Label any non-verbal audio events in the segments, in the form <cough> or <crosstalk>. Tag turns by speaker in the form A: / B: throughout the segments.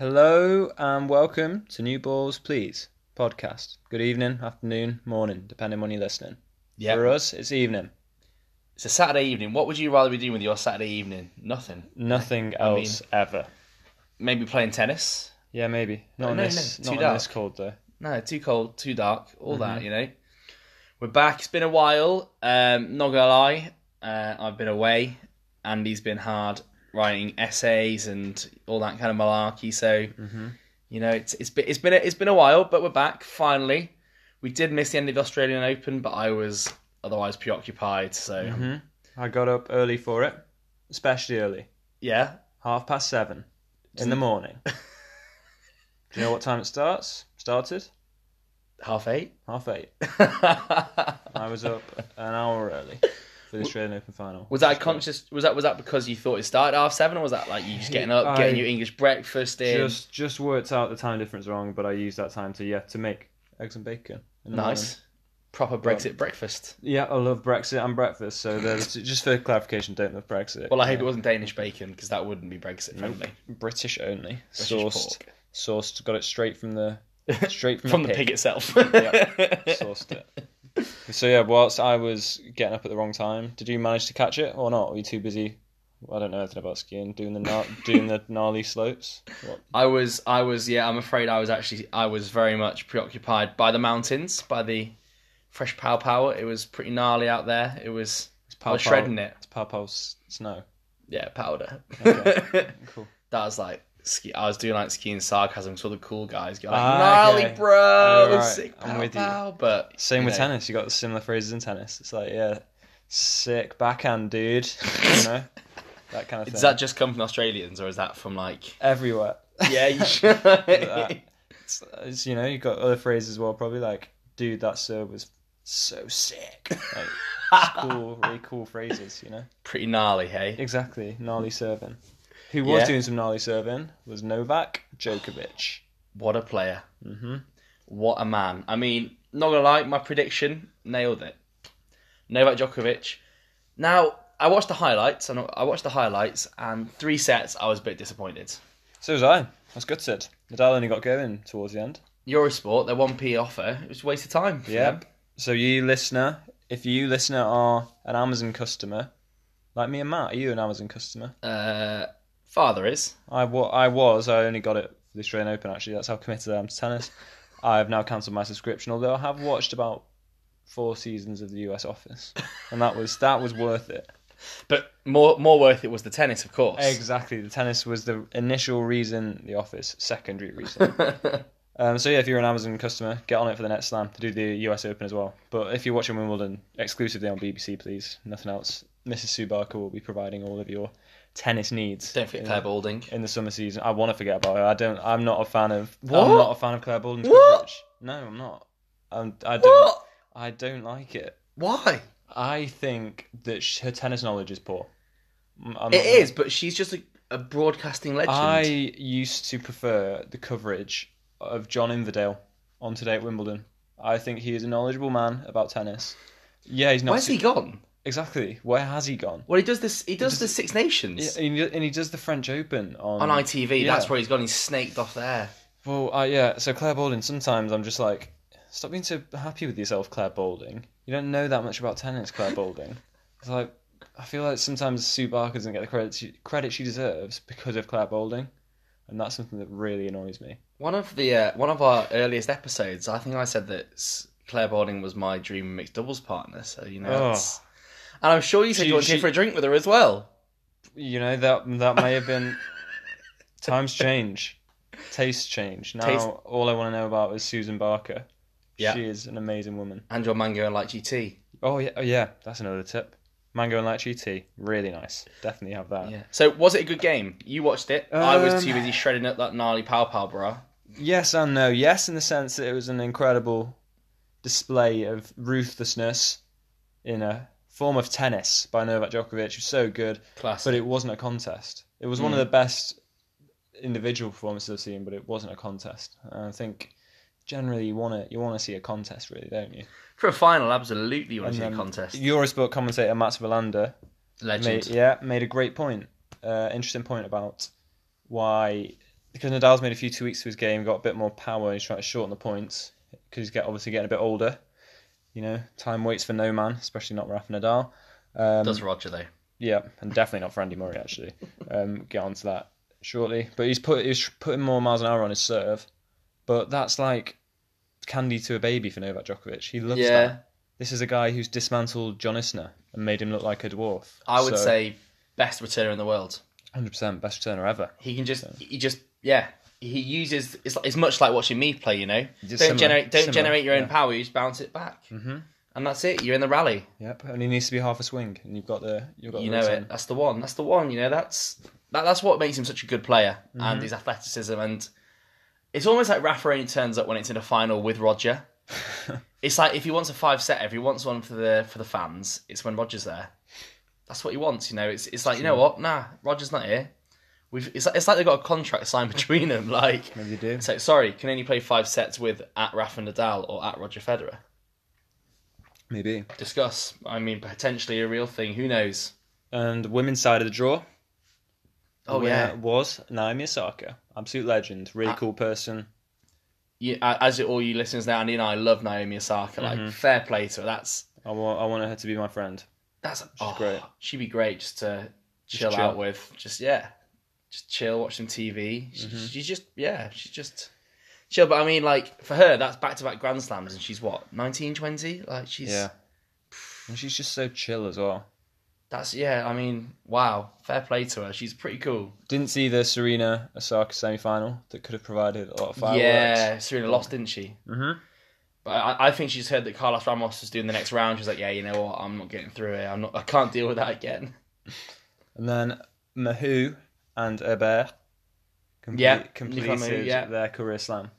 A: Hello and welcome to New Balls Please podcast. Good evening, afternoon, morning, depending on when you're listening.
B: Yeah.
A: For us, it's evening.
B: It's a Saturday evening. What would you rather be doing with your Saturday evening? Nothing.
A: Nothing
B: I mean-
A: else ever.
B: Maybe playing tennis.
A: Yeah, maybe. Not
B: No,
A: on
B: no,
A: this,
B: no, too
A: not on this
B: dark.
A: cold though.
B: No, too cold, too dark, all that, you know. We're back. It's been a while. Um, not gonna lie, uh, I've been away. Andy's been hard writing essays and all that kind of malarkey. So, you know, it's it's been it's been a, it's been a while, but we're back finally. We did miss the end of the Australian Open, but I was otherwise preoccupied. So,
A: I got up early for it, especially early,
B: yeah,
A: half past seven in the
B: <laughs>
A: morning. Do you know what time it starts? Started
B: half eight. <laughs>
A: half eight. I was up an hour early for the Australian Open final.
B: Was that a conscious? Was that was that because you thought it started half seven, or was that like you just getting up,
A: I-
B: getting your English breakfast in?
A: Just just worked out the time difference wrong, but I used that time to yeah to make eggs and bacon. in the morning.
B: nice, proper Brexit breakfast.
A: Yeah, I love Brexit and breakfast. So there's, just for clarification, don't love Brexit.
B: Well, I hope it wasn't Danish bacon because that wouldn't be Brexit
A: Nope.
B: friendly.
A: British only.
B: British
A: sourced,
B: pork.
A: sourced. Got it straight from the straight <laughs> from,
B: from the pig <laughs> itself.
A: <laughs> sourced it. <laughs> So yeah, whilst I was getting up at the wrong time, did you manage to catch it or not? Were you too busy? I don't know anything about skiing. Doing the gna- doing <laughs> the gnarly slopes. What?
B: I was, I was, yeah. I'm afraid I was actually, I was very much preoccupied by the mountains, by the fresh pow pow. It was pretty gnarly out there. It was, I was
A: pow-pow.
B: shredding it.
A: It's Papa's snow.
B: Yeah, powder. <laughs>
A: Okay. Cool.
B: That was like ski. I was doing like skiing sarcasm to all the cool guys. Going, like,
A: Ah,
B: gnarly,
A: okay.
B: bro.
A: Alright,
B: Sick,
A: I'm
B: pow,
A: with you.
B: pow," But
A: Same
B: you
A: with
B: know,
A: tennis. You got similar phrases in tennis. It's like, yeah, sick backhand, dude. You
B: <laughs>
A: know, that kind of thing.
B: Does that just come from Australians or is that
A: <laughs>
B: from like?
A: Everywhere. <laughs>
B: Yeah, you
A: that. It's, it's, you know, you got other phrases as well. Probably like, dude, that serve was so sick.
B: <laughs>
A: Like, it's cool, really cool phrases. You know,
B: <laughs> pretty gnarly, hey.
A: exactly. Gnarly serving. Who was
B: Hmm. Yeah.
A: doing some gnarly serving was Novak Djokovic.
B: What a player. Mm-hmm. What a man. I mean, not gonna lie, my prediction nailed it. Novak Djokovic. Now I watched the highlights and I watched the highlights and three sets. I was a bit disappointed.
A: So was I. That's good, Sid. Nadal only got going towards the end.
B: Eurosport, their one p offer. It was a waste of time. For
A: Yeah.
B: them.
A: So you listener, if you listener are an Amazon customer, like me and Matt, are you an Amazon customer?
B: Uh, father is.
A: I, wa- I was. I only got it for the Australian Open. Actually, that's how committed I am to tennis. I have now cancelled my subscription, although I have watched about four seasons of the U.S. Office, and that was that was worth it.
B: But more more worth it was the tennis, of course.
A: Exactly. The tennis was the initial reason. The Office, secondary
B: <laughs>
A: reason. um, so yeah, if you're an Amazon customer, get on it for the next slam. They do the U.S. Open as well. But if you're watching Wimbledon exclusively on BBC, please, nothing else. Mrs. Subarka will be providing all of your tennis needs.
B: Don't forget Claire Balding.
A: in the summer season. I want to forget about her. I don't. I'm not a fan of.
B: What?
A: I'm not a fan of Claire Bolden's
B: What?
A: coverage. No, I'm not. I'm, I don't.
B: What?
A: I don't like it.
B: Why?
A: I think that sh her tennis knowledge is poor. I'm not gonna-
B: It is, but she's just a, a broadcasting legend.
A: I used to prefer the coverage of John Inverdale on Today at Wimbledon. I think he is a knowledgeable man about tennis. Yeah, he's not
B: Where's
A: su-
B: he gone?
A: exactly. Where has he gone?
B: Well, he does this. He does the Six Nations
A: And he, and he does the French Open on
B: on ITV.
A: Yeah.
B: That's where he's gone. He's snaked off there.
A: Well, uh, yeah. So Claire Balding, sometimes I'm just like, stop being so happy with yourself, Claire Balding. You don't know that much about tennis, Claire Balding. It's like I feel like sometimes Sue Barker doesn't get the credit she, credit she deserves because of Claire Balding, and that's something that really annoys me.
B: One of the uh, one of our earliest episodes, I think I said that S- Claire Balding was my dream mixed doubles partner. So you know,
A: Oh.
B: it's- and I'm sure you said
A: She-
B: you wanted to
A: she-
B: go for a drink with her as well.
A: You know that that may have
B: <laughs>
A: been times change, tastes change. Now
B: Taste-
A: all I want to know about is Susan Barker.
B: Yeah.
A: She is an amazing woman.
B: And your mango and light GT.
A: Oh yeah, oh yeah. That's another tip. Mango and lychee tea, really nice. Definitely have that.
B: Yeah. So was it a good game? You watched it. I
A: Um,
B: was too busy shredding up that gnarly pow pow, bruh.
A: Yes and no. Yes, in the sense that it was an incredible display of ruthlessness in a form of tennis by Novak Djokovic. It was so good,
B: Classic.
A: but it wasn't a contest. It was
B: Hmm.
A: one of the best individual performances I've seen, but it wasn't a contest. And I think generally you want to you want to see a contest, really, don't you?
B: For a final, absolutely you want to see a
A: Um,
B: contest.
A: Eurosport commentator Mats Wilander
B: Legend.
A: made, yeah made a great point, uh, interesting point about why because Nadal's made a few tweaks to his game, got a bit more power, and he's trying to shorten the points because he's get, obviously getting a bit older. You know, time waits for no man, especially not Rafa Nadal. Um,
B: Does Roger though?
A: yeah, and definitely not for Andy Murray actually. Um, get on to that shortly. But he's put he's putting more miles an hour on his serve, but that's like candy to a baby for Novak Djokovic. He loves that. This is a guy who's dismantled John Isner and made him look like a dwarf.
B: I would
A: So,
B: say best returner in the world.
A: 100% best returner ever.
B: He can just he just yeah. He uses it's like, it's much like watching me play. You know, don't
A: similar-
B: generate don't
A: similar,
B: generate your own
A: yeah.
B: power. You just bounce it back, mm-hmm. and that's it. You're in the rally.
A: Yep, and he needs to be half a swing, and you've got the you've got
B: You
A: the
B: know
A: return.
B: it. That's the one. That's the one. You know that's that, that's what makes him such a good player and his athleticism and it's almost like Rafa only turns up when it's in a final with <laughs> Roger. it's like if he wants a five set, if he wants one for the for the fans, it's when Roger's there. That's what he wants. You know, it's it's like you know what? Nah, Roger's not here. We've it's like, it's like they've got a contract signed <laughs> between them. Like
A: Maybe they do.
B: it's like sorry, can only play five sets with at Rafa Nadal or at Roger Federer.
A: Maybe.
B: Discuss. I mean, potentially a real thing. Who knows?
A: And women's side of the draw. the
B: Oh
A: winner
B: yeah, Uh,
A: was Naomi Osaka, absolute legend, really cool person.
B: you, a- as you, all you listeners now, Andy and I love Naomi Osaka.
A: Mm-hmm.
B: Like, fair play to her. That's
A: I want I want her to be my friend.
B: that's oh,
A: great.
B: She'd be great just to chill,
A: chill.
B: out with. Just yeah, just chill, watch some TV. She,
A: Mm-hmm.
B: She's just yeah, she's just chill. But I mean, like for her, that's back to back Grand Slams, and she's what 19, 20? Like she's
A: Yeah. And she's just so chill as well.
B: that's yeah. I mean, wow, fair play to her. She's pretty cool.
A: Didn't see the Serena Osaka semi final that could have provided a lot of fireworks.
B: Yeah, Serena lost, didn't she?
A: Mhm.
B: But I, I think she's heard that Carlos Ramos was doing the next round. She's like, yeah, you know what? I'm not getting through it. I'm not. I can't deal with that again.
A: And then Mahu and Herbert complete,
B: Yeah,
A: completed
B: Nicolas Mahut, yeah.
A: their career slam.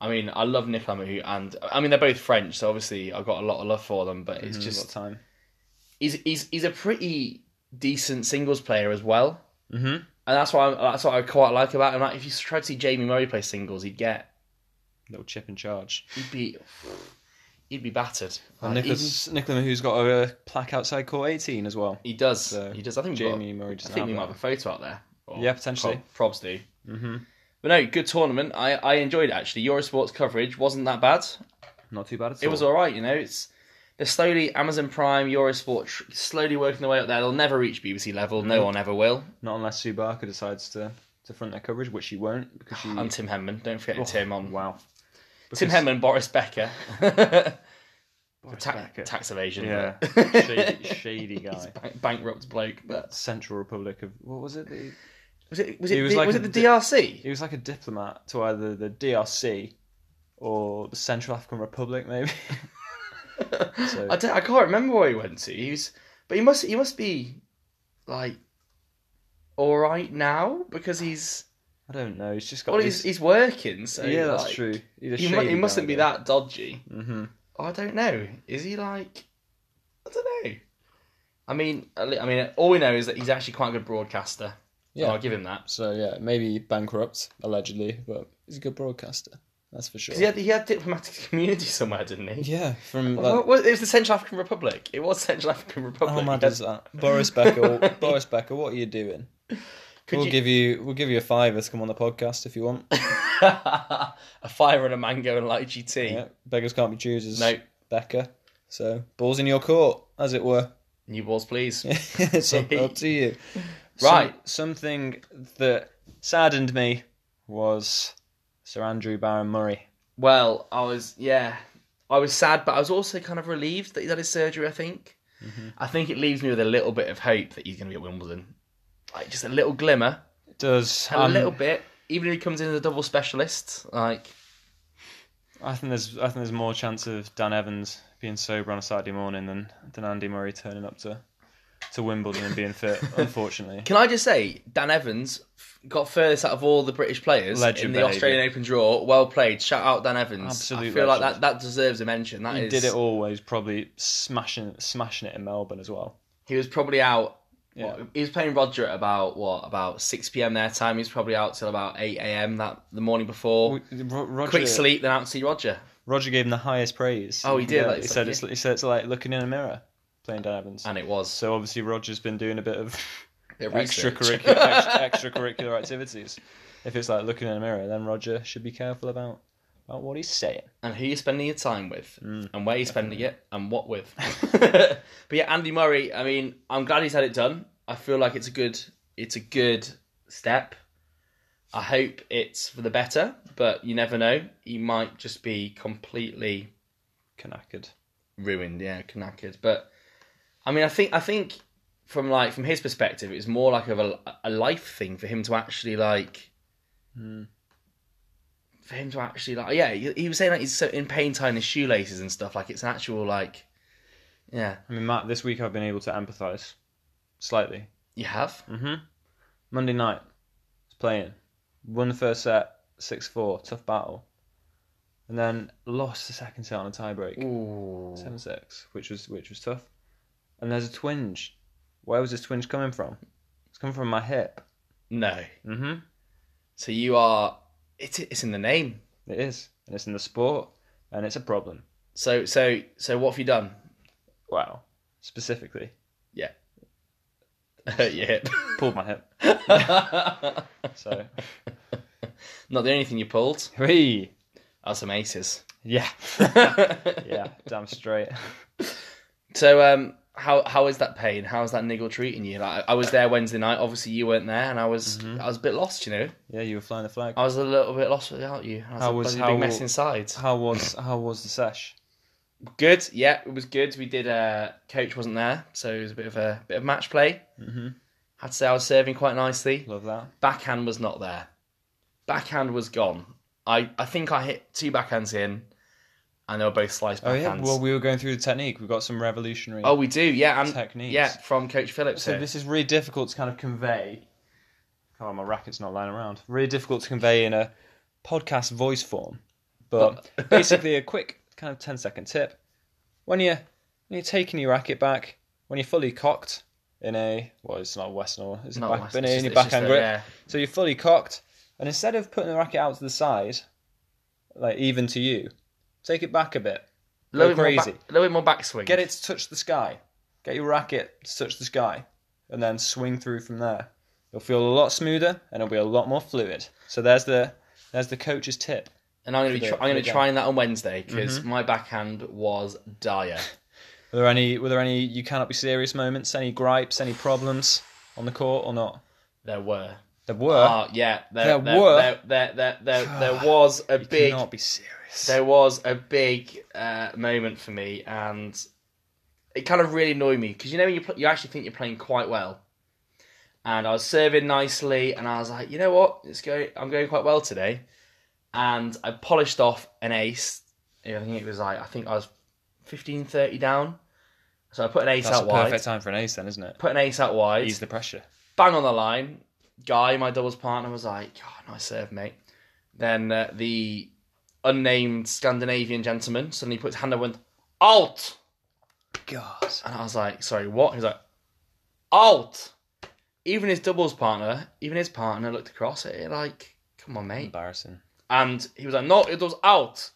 B: I mean, I love Nicolas Mahut, and I mean they're both French, so obviously I've got a lot of love for them. But it's
A: Just what
B: just
A: time?
B: he's he's he's a pretty decent singles player as well,
A: hmm
B: and that's why i that's what I quite like about him. Like if you tried to see Jamie Murray play singles, he'd get
A: Little chip in charge.
B: he'd be he'd be battered.
A: And
B: Like,
A: Nicholas Nicola Mahu's got a uh, plaque outside court eighteen as well.
B: even- he does
A: So,
B: he does. I think we've
A: uh, Jamie Murray
B: Got,
A: doesn't
B: Hmm, I think we
A: have
B: might
A: that.
B: have a photo out there. Or
A: Yeah, potentially.
B: Prob- probs do. Mm-hmm. But no, good tournament. I, I enjoyed it actually. Eurosports coverage wasn't that bad.
A: Not too bad at all.
B: It was all right, you know. It's they're slowly Amazon Prime, Eurosport, tr- slowly working their way up there. They'll never reach BBC level. No one ever will.
A: Not unless Subaka decides to, to front their coverage, which she won't
B: <sighs>
A: because she.
B: And Tim Henman, don't forget Tim on
A: wow.
B: Tim
A: Because-
B: Henman, Boris Becker, <laughs> For ta-
A: Becker.
B: tax evasion,
A: Yeah.
B: <laughs> but-
A: shady, <laughs> shady guy.
B: Ban- bankrupt bloke. But
A: Central Republic of what was it? The-
B: was it was
A: He
B: it
A: was
B: the,
A: like
B: was
A: a
B: it the
A: di-
B: DRC? <laughs>
A: He was like a diplomat to either the DRC or the Central African Republic, maybe. <laughs> so
B: I, don't, I can't remember where he went to. He was, but he must he must be like all right now because he's
A: I don't know. He's just got.
B: well he's
A: this-
B: he's working. So
A: yeah, that's
B: like,
A: true. He's a
B: He, mu-
A: shady
B: he mustn't be that dodgy.
A: hmm
B: I don't know. Is he like? I don't know. I mean, I li- I mean, all we know is that he's actually quite a good broadcaster. Yeah,
A: Oh, Yeah.
B: I'll give him that.
A: So yeah, maybe bankrupt allegedly, but he's a good broadcaster. That's for sure.
B: He had, he had diplomatic <laughs> community somewhere, didn't he?
A: Yeah, from like,
B: Well, well, it was the Central African Republic. It was Central African Republic.
A: How mad is that? Boris <laughs> Becker, Boris Becker, what are you doing?
B: Could <laughs>
A: we'll
B: you-
A: give you we'll give you a fiver to come on the podcast if you want.
B: a fire and a mango and light GT.
A: yeah, beggars can't be choosers.
B: No.
A: Becker. So balls in your court, as it were.
B: New balls, please.
A: <laughs> it's up, up to you.
B: Right.
A: Some- something that saddened me was Sir Andrew Barron Murray.
B: Well, I was yeah, I was sad, but I was also kind of relieved that he's had his surgery. I think,
A: Mm-hmm.
B: I think it leaves me with a little bit of hope that he's going to be at Wimbledon, like just a little glimmer,
A: Does
B: a
A: um,
B: little bit. Even if he comes in as a double specialist, like
A: I think there's I think there's more chance of Dan Evans being sober on a Saturday morning than, than Andy Murray turning up to to Wimbledon and being <laughs> fit, unfortunately.
B: can I just say, Dan Evans f- got furthest out of all the British players
A: Legend
B: in the
A: behaviour.
B: Australian Open draw. Well played, shout out Dan Evans. I
A: Absolute
B: feel like that
A: legend.
B: that deserves a mention. That is
A: He did it always, probably smashing smashing it in Melbourne as well.
B: He was probably out.
A: Yeah.
B: what, he was playing Roger at about what about six p.m. their time. He was probably out till about eight a.m. that the morning before.
A: Oh, Ro- Roger,
B: quick sleep then out to see Roger.
A: Roger gave him the highest praise.
B: Oh, he
A: you can
B: did,
A: get.
B: like,
A: he
B: it's
A: said
B: like-
A: it's he said it's like looking in a mirror, playing Dan Evans.
B: And it was.
A: so obviously Roger's been doing a bit of
B: Bit of research.
A: extracurricular extra, extracurricular activities. if it's like looking in a mirror, then Roger should be careful about about what he's saying.
B: and who you're spending your time with,
A: Mm.
B: and where you're spending it, and
A: <laughs>
B: what with. but yeah, Andy Murray. I mean, I'm glad he's had it done. I feel like it's a good, it's a good step. I hope it's for the better, but you never know. He might just be completely
A: Knackered.
B: ruined, yeah, knackered. But I mean, I think I think from like from his perspective, it was more like of a, a life thing for him to actually like. For him to actually like, yeah, he, he was saying like he's so in pain tying his shoelaces and stuff. Like it's an actual like, yeah,
A: I mean, Matt, this week I've been able to empathise slightly.
B: you have.
A: Monday night, was playing, won the first set, six four, tough battle, and then lost the second set on a tiebreak,
B: Ooh,
A: seven six, which was which was tough. And there's a twinge. Where was this twinge coming from? It's coming from my hip.
B: no.
A: Mm-hmm.
B: So you are. It's it's in the name.
A: It is, and it's in the sport, and it's a problem.
B: So so so what have you done? <laughs>
A: Wow. Specifically,
B: Hurt your hip. <laughs>
A: pulled my hip. so, <laughs>
B: Not the only thing you pulled.
A: hey,
B: Are some <laughs> aces.
A: yeah, <laughs> yeah, damn straight.
B: So um how how is that pain? How is that niggle treating you? Like I was there Wednesday night, obviously you weren't there and I was
A: Mm-hmm.
B: I was a bit lost, you know.
A: Yeah, you were flying the flag.
B: I was a little bit lost without you. I was
A: How
B: a
A: was-
B: bloody
A: how-
B: big mess inside.
A: How was how was the sesh?
B: Good, yeah, it was good. We did uh coach wasn't there, so it was a bit of a bit of match play. Mm-hmm. Had to say I was serving quite nicely.
A: Love that.
B: Backhand was not there. Backhand was gone. I, I think I hit two backhands in and they were both sliced
A: Oh
B: backhands.
A: yeah. Well, we were going through the technique. We got some revolutionary.
B: oh we do, yeah, and
A: Techniques.
B: yeah, from Coach Phillips.
A: so
B: here.
A: this is really difficult to kind of convey. Oh, my racket's not lying around. Really difficult to convey in a podcast voice form. But
B: <laughs>
A: basically, a quick kind of 10 second tip: when you when you're taking your racket back, when you're fully cocked in a well, it's not a Western, or it's a
B: Not
A: back,
B: West,
A: in
B: it's
A: a- in your
B: just- it's just
A: backhand
B: a-
A: grip.
B: yeah.
A: So you're fully cocked, and instead of putting the racket out to the side, like even to you, take it back a bit.
B: A
A: Go
B: little bit
A: crazy.
B: More back, a little bit more backswing.
A: Get it to touch the sky. Get your racket to touch the sky, and then swing through from there. You'll feel a lot smoother, and it'll be a lot more fluid. So there's the there's the coach's tip.
B: and I'm gonna be
A: the-
B: try,
A: for
B: I'm gonna
A: the
B: be trying that on Wednesday because my backhand was dire.
A: Were there any were there any you cannot be serious moments? Any gripes? Any problems on the court or not?
B: There were.
A: There were.
B: Ah, yeah. There,
A: There
B: there
A: were?
B: There, there, there, there, <sighs> there was a big.
A: cannot be serious.
B: There was a big uh, moment for me, and it kind of really annoyed me because you know when you pl- you actually think you're playing quite well, and I was serving nicely, and I was like, you know what, it's go. I'm going quite well today, and I polished off an ace. I think it was like I think I was 15-30 down, so I put an ace
A: That's a
B: out wide.
A: perfect time for an ace, then, isn't it?
B: Put an ace out wide
A: Ease the pressure.
B: bang on the line. Guy, my doubles partner, was like, oh, nice serve, mate. Then uh, the unnamed Scandinavian gentleman suddenly put his hand up and went, Alt!
A: God.
B: And I was like, sorry, what? He's like, Alt! Even his doubles partner, even his partner looked across at it like, come on, mate.
A: Embarrassing.
B: And he was like, no, it was out.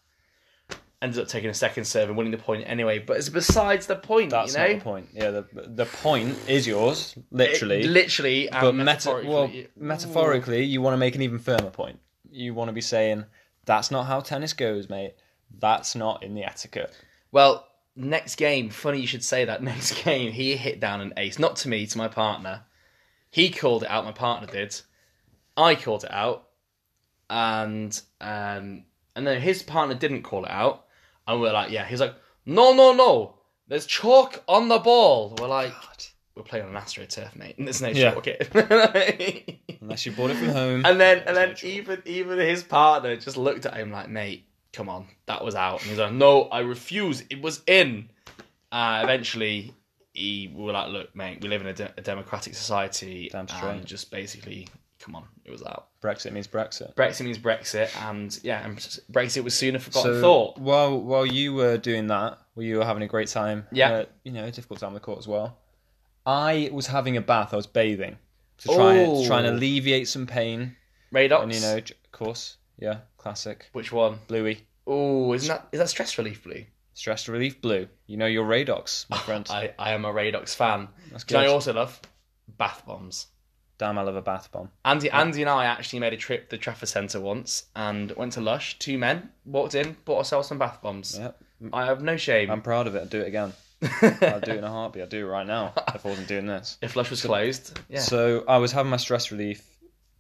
B: Ended up taking a second serve and winning the point anyway. But it's besides the point,
A: That's
B: you know?
A: not the point. Yeah, the the point is yours, literally.
B: It- literally, and
A: but meta-
B: metaphorically.
A: well, metaphorically, you want to make an even firmer point. You want to be saying, "That's not how tennis goes, mate. That's not in the etiquette."
B: Well, next game, funny you should say that. <laughs> Next game, he hit down an ace, not to me, to my partner. He called it out. My partner did. I called it out, and um, and then his partner didn't call it out, and we're like, yeah. He's like, no, no, no. There's chalk on the ball. We're like, we're playing on an astroturf, mate. <laughs> There's no
A: Yeah.
B: chalk here.
A: Unless you bought it from home,
B: And then and
A: There's no
B: then even even his partner just looked at him like, mate, come on, that was out. And he's like, no, I refuse. It was in. Uh, eventually, he we were like, look, mate, we live in a, de- a democratic society.
A: Damn straight.
B: and just basically, come on, it was out.
A: Brexit means Brexit.
B: Brexit means Brexit, and yeah, and Brexit was soon a forgotten
A: So
B: thought.
A: while while you were doing that, while you were having a great time,
B: Yeah.
A: uh, you know, a difficult time on the court as well. I was having a bath. I was bathing to try to try and
B: Oh.
A: alleviate some pain.
B: Radox,
A: And you know, j- of course, yeah, classic
B: which one?
A: Bluey
B: Oh, isn't that is that stress relief blue?
A: stress relief blue. You know your
B: Oh,
A: Radox, my friend.
B: I I am a Radox fan. Do you
A: good.
B: know what I also love bath bombs.
A: Damn, I love a bath bomb.
B: Andy, Andy and I actually made a trip to Trafford Centre once and went to Lush. Two men walked in, bought ourselves some bath bombs.
A: Yep.
B: I have no shame.
A: I'm proud of it. I'd do it again. I'd do it in a heartbeat. I'd do it right now if I wasn't doing this.
B: <laughs> if Lush was closed, <laughs> yeah,
A: So I was having my stress relief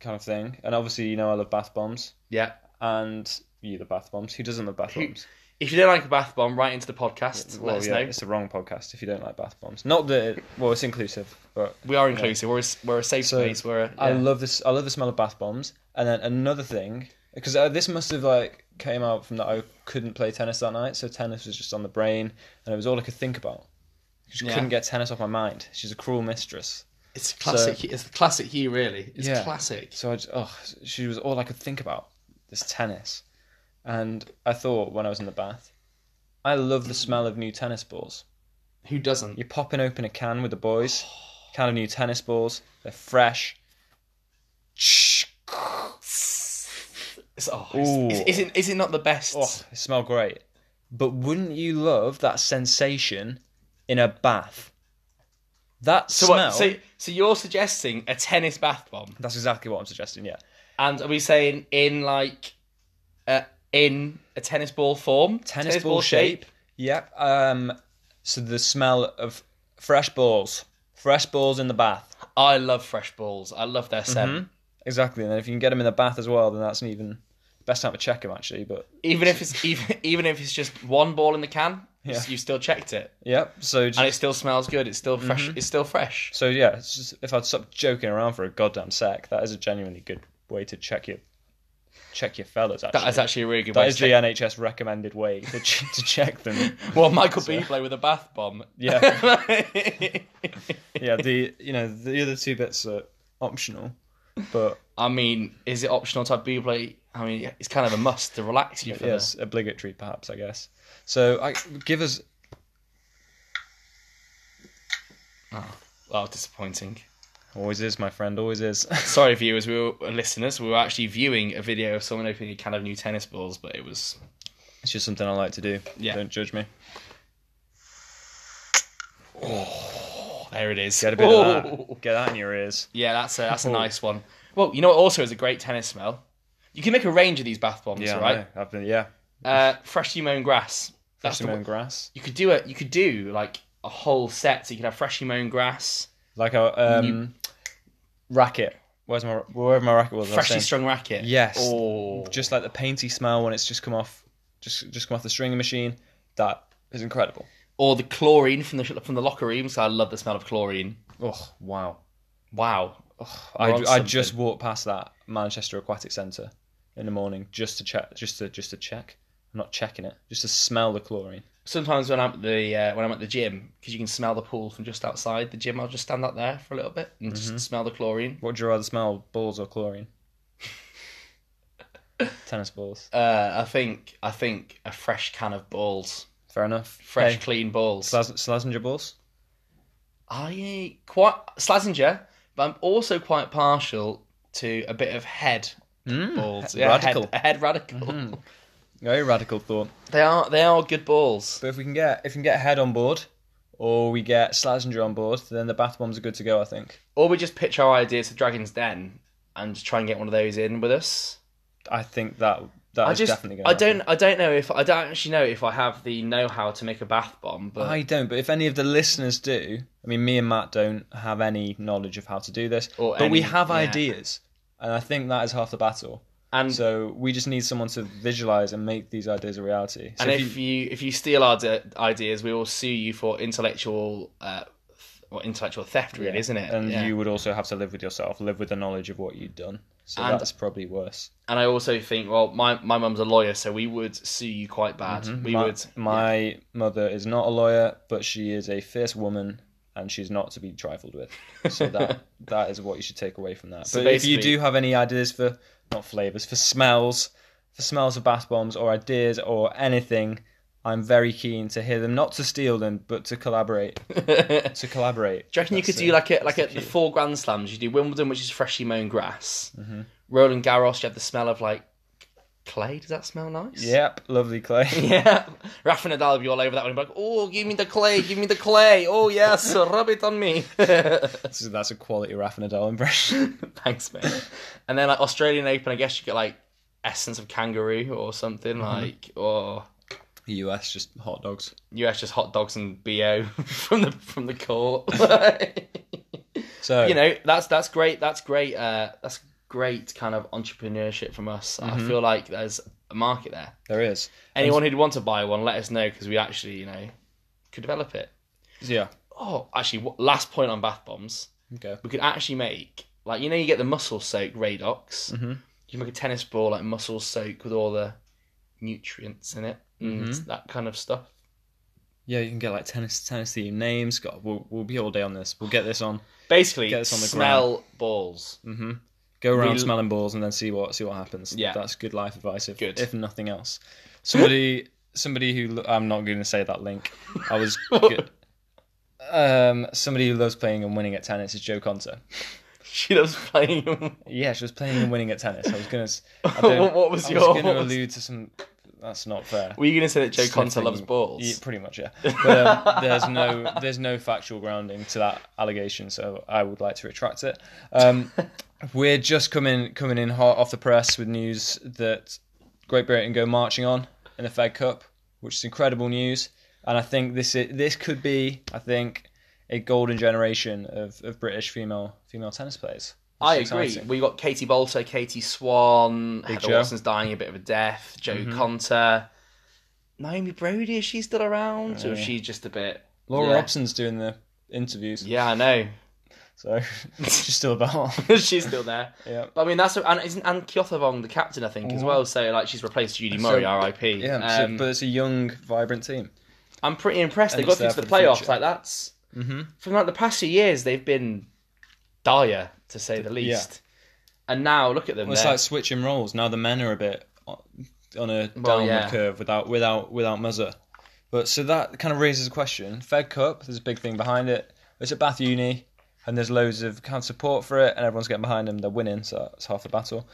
A: kind of thing, and obviously you know I love bath bombs,
B: yeah.
A: and you love bath bombs. Who doesn't love
B: <laughs>
A: bath bombs?
B: If you don't like a bath bomb, write into the podcast.
A: Well,
B: let us
A: yeah,
B: know.
A: it's the wrong podcast if you don't like bath bombs. Not that it, well, it's inclusive, but
B: We are inclusive. We're a, s- we're a safe
A: So, um,
B: space. We're a,
A: I
B: yeah.
A: love this. I love the smell of bath bombs. And then another thing, because uh, this must have like came out from that I couldn't play tennis that night, so tennis was just on the brain, and it was all I could think about. I just
B: Yeah.
A: couldn't get tennis off my mind. She's a cruel mistress.
B: it's classic. it's the classic you, really. It's
A: Yeah.
B: classic.
A: So I just, oh, she was all I could think about. This tennis, and I thought when I was in the bath, I love the smell of new tennis balls.
B: Who doesn't?
A: You're popping open a can with the
B: <sighs>
A: boys. Can of new tennis balls. They're fresh.
B: It's, oh,
A: Ooh.
B: it's, is, is, it, is it not the best?
A: Oh, they smell great. But wouldn't you love that sensation in a bath? That
B: so,
A: smell.
B: what, so, so you're suggesting a tennis bath bomb,
A: that's exactly what I'm suggesting. Yeah,
B: and are we saying in like, uh, in a tennis ball form,
A: tennis, ball, shape. Yep. Um. So the smell of fresh balls, fresh balls in the bath.
B: I love fresh balls. I love their scent.
A: Mm-hmm. Exactly. And then if you can get them in the bath as well, then that's an even best time to check them actually. But
B: Even if it's even even if it's just one ball in the can,
A: Yeah.
B: you still checked it,
A: yep. So just,
B: and it still smells good. It's still fresh.
A: Mm-hmm.
B: It's still fresh.
A: So yeah, it's just, if I'd stop joking around for a goddamn sec, that is a genuinely good way to check your check your fellas. Actually,
B: That is actually a really good. way
A: that is
B: to
A: the
B: <laughs> check-
A: NHS recommended way to, ch- to check them.
B: Well,
A: <laughs>
B: Michael Bublé with a bath bomb.
A: Yeah, yeah. The you know the other two bits are optional, but
B: <laughs> I mean, is it optional to have Bublé? I mean, it's kind of a must to relax you for this.
A: yes, obligatory perhaps I guess. So I give us
B: Well, disappointing.
A: always is my friend always is. <laughs>
B: Sorry, viewers, we were uh, listeners. We were actually viewing a video of someone opening a can of new tennis balls, but it was
A: it's just something I like to do.
B: Yeah.
A: don't judge me.
B: oh, there it is.
A: Get a bit of
B: Oh.
A: that. Oh. Get that in your ears.
B: <laughs> Yeah, that's a, that's a nice one. Well, you know what? Also, is a great tennis smell. You can make a range of these bath bombs,
A: I
B: right?
A: know. I've been yeah.
B: Uh, freshly mown grass. That's
A: Freshly
B: the
A: mown
B: one-
A: grass.
B: You could do it. You could do like a whole set. So you could have freshly mown grass,
A: Like a um, racket. Where's my wherever my racket was? I was
B: freshly
A: saying.
B: strung racket.
A: Yes.
B: Oh,
A: just like the painty smell when it's just come off, just just come off the stringing machine. That is incredible.
B: or the chlorine from the from the locker room. So I love the smell of chlorine.
A: Oh wow!
B: Wow.
A: I,
B: We're on
A: I just walked past that Manchester Aquatic Centre in the morning just to check, just to just to check. I'm not checking it, just to smell the chlorine.
B: Sometimes when I'm at the uh, when I'm at the gym, because you can smell the pool from just outside the gym, I'll just stand out there for a little bit and
A: Mm-hmm.
B: just smell the chlorine.
A: What would you rather smell, balls or
B: <laughs>
A: chlorine? Tennis balls.
B: Uh, I think I think a fresh can of balls,
A: Fair enough.
B: fresh
A: Hey,
B: clean balls.
A: Slaz- Slazenger balls.
B: I quite Slazenger, but I'm also quite partial to a bit of head balls. Yeah,
A: Mm, radical. Mm-hmm.
B: head, head radical.
A: Very radical thought.
B: They are they are good balls.
A: But if we can get if we can get head on board, or we get Slazenger on board, then the bath bombs are good to go. I think.
B: Or we just pitch our ideas to Dragon's Den and just try and get one of those in with us.
A: I think that that is
B: I just
A: definitely going.
B: I don't I don't know if I don't actually know if I have the know how to make a bath bomb, but
A: I don't. But if any of the listeners do, I mean, me and Matt don't have any knowledge of how to do this,
B: Or
A: but we
B: any-
A: have
B: yeah.
A: ideas, and I think that is half the battle.
B: and
A: So we just need someone to visualize and make these ideas a reality. So
B: and if you if you steal our d- ideas, we will sue you for intellectual uh, th- or intellectual theft, really, isn't it?
A: and
B: Yeah.
A: you would also have to live with yourself, live with the knowledge of what you've done. So
B: And-
A: that's probably worse.
B: and I also think, well, my my mum's a lawyer, so we would sue you quite bad. We
A: Mm-hmm. my,
B: would. <laughs>
A: my mother is not a lawyer, but she is a fierce woman, and she's not to be trifled with.
B: <laughs>
A: So that that is what you should take away from that. but if you
B: basically-
A: do have any ideas for not flavors for smells, for smells of bath bombs or ideas or anything, I'm very keen to hear them. Not to steal them, but to collaborate. to collaborate.
B: Do you reckon you could
A: That's
B: do
A: it.
B: like a, like at the four Grand
A: Mm-hmm.
B: Slams? You do Wimbledon, which is freshly mown grass. Roland Garros, you have the smell of like clay. Does that smell nice?
A: Yep, lovely clay.
B: <laughs> Yeah, Rafa Nadal will be all over that one. He'll be like, oh, give me the clay, give me the clay. Oh, yes, <laughs> rub it on me.
A: That's- That's a quality Rafa Nadal impression.
B: Thanks, mate. And then, like, Australian Open, I guess you get, like, essence of kangaroo or something, like, or
A: US just hot dogs.
B: US just hot dogs and BO <laughs> from the from the court. <laughs>
A: So
B: you know, that's that's great. That's great. Uh, that's great kind of entrepreneurship from us. I feel like there's a market there.
A: there is.
B: Anyone who'd want to buy one, let us know because we actually, you know, could develop it.
A: Yeah.
B: Oh, actually, wh- last point on bath bombs.
A: Okay.
B: We could actually make, like, you know, you get the muscle soak Radox. Mm-hmm. You can make a tennis ball, like, muscle soak with all the nutrients in it and
A: Mm-hmm.
B: that kind of stuff.
A: Yeah, you can get like tennis tennis themed names. God, we'll we'll be all day on this. We'll get this on.
B: Basically,
A: Get this on the
B: smell balls. <laughs>
A: Go around
B: We-
A: smelling balls and then see what see what happens.
B: Yeah.
A: that's good life advice. If
B: Good.
A: if nothing else, somebody somebody who lo- I'm not going to say that link. I
B: <laughs>
A: was good. Um, somebody who loves playing and winning at tennis is Joe Conter.
B: She loves playing. <laughs> them.
A: Yeah, she was playing and winning at tennis. I was gonna. s- I
B: <laughs> What- what was
A: I was gonna
B: yours?
A: allude to some. That's not fair.
B: Were you going to say that Joe Conter
A: Sniffing-
B: loves balls?
A: Yeah, pretty much, yeah. But um, <laughs> there's no there's no factual grounding to that allegation, so I would like to retract it.
B: <laughs>
A: Um, we're just coming coming in hot off the press with news that Great Britain go marching on in the Fed Cup, which is incredible news. And I think this is, this could be, I think, a golden generation of, of British female female tennis players. It's
B: I agree.
A: exciting.
B: We got Katie Bolter, Katie Swan, Heather
A: Joe. Mm-hmm.
B: Watson's dying a bit of a death, Joe Conter, Naomi Brody. Is she still around,
A: Uh.
B: or is she just a bit?
A: Laura
B: Yeah.
A: Robson's doing the interviews,
B: Yeah, I know.
A: so <laughs> she's still about.
B: she's still there.
A: <laughs> Yeah. Mm.
B: But I mean, that's and isn't Anne Kiothavong the captain? I think as well. So like, she's replaced Judy Murray, R.I.P.
A: Yeah, so-
B: um,
A: but it's a young, vibrant team.
B: I'm pretty impressed. They
A: and
B: got
A: it's
B: through
A: there
B: to the
A: for the
B: playoffs.
A: future. Mm-hmm.
B: like that's from like the past few years, they've been dire to say the least. And now look at them.
A: Well, it's
B: they're-
A: like switching roles. Now the men are a bit o- on a downward
B: Well, yeah.
A: curve without without without Muzza. But so that kind of raises a question. Fed Cup, there's a big thing behind it. It's at Bath Uni, and there's loads of kind of support for it, and everyone's getting behind them. They're winning, so that's half the battle.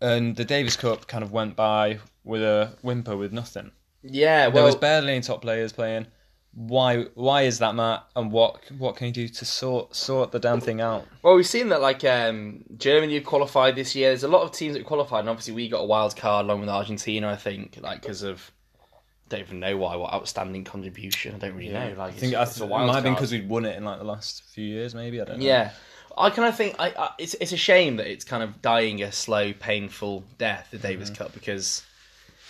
A: And the Davis Cup kind of went by with a whimper, with nothing.
B: yeah, well,
A: There was barely any top players playing. Why? Why is that, Matt? And what? What can you do to sort sort the damn thing out?
B: Well, we've seen that like um, Germany have qualified this year. There's a lot of teams that qualified, and obviously we got a wild card along with Argentina. I think like because of don't even know why what outstanding contribution. I don't really know. Like
A: I think
B: it's,
A: I
B: it's
A: th-
B: a
A: it
B: wild
A: might have been
B: card.
A: because we'd won it in like the last few years, maybe. I don't know.
B: yeah. I kind of think I, I, it's it's a shame that it's kind of dying a slow, painful death, the Davis
A: Mm-hmm.
B: Cup, because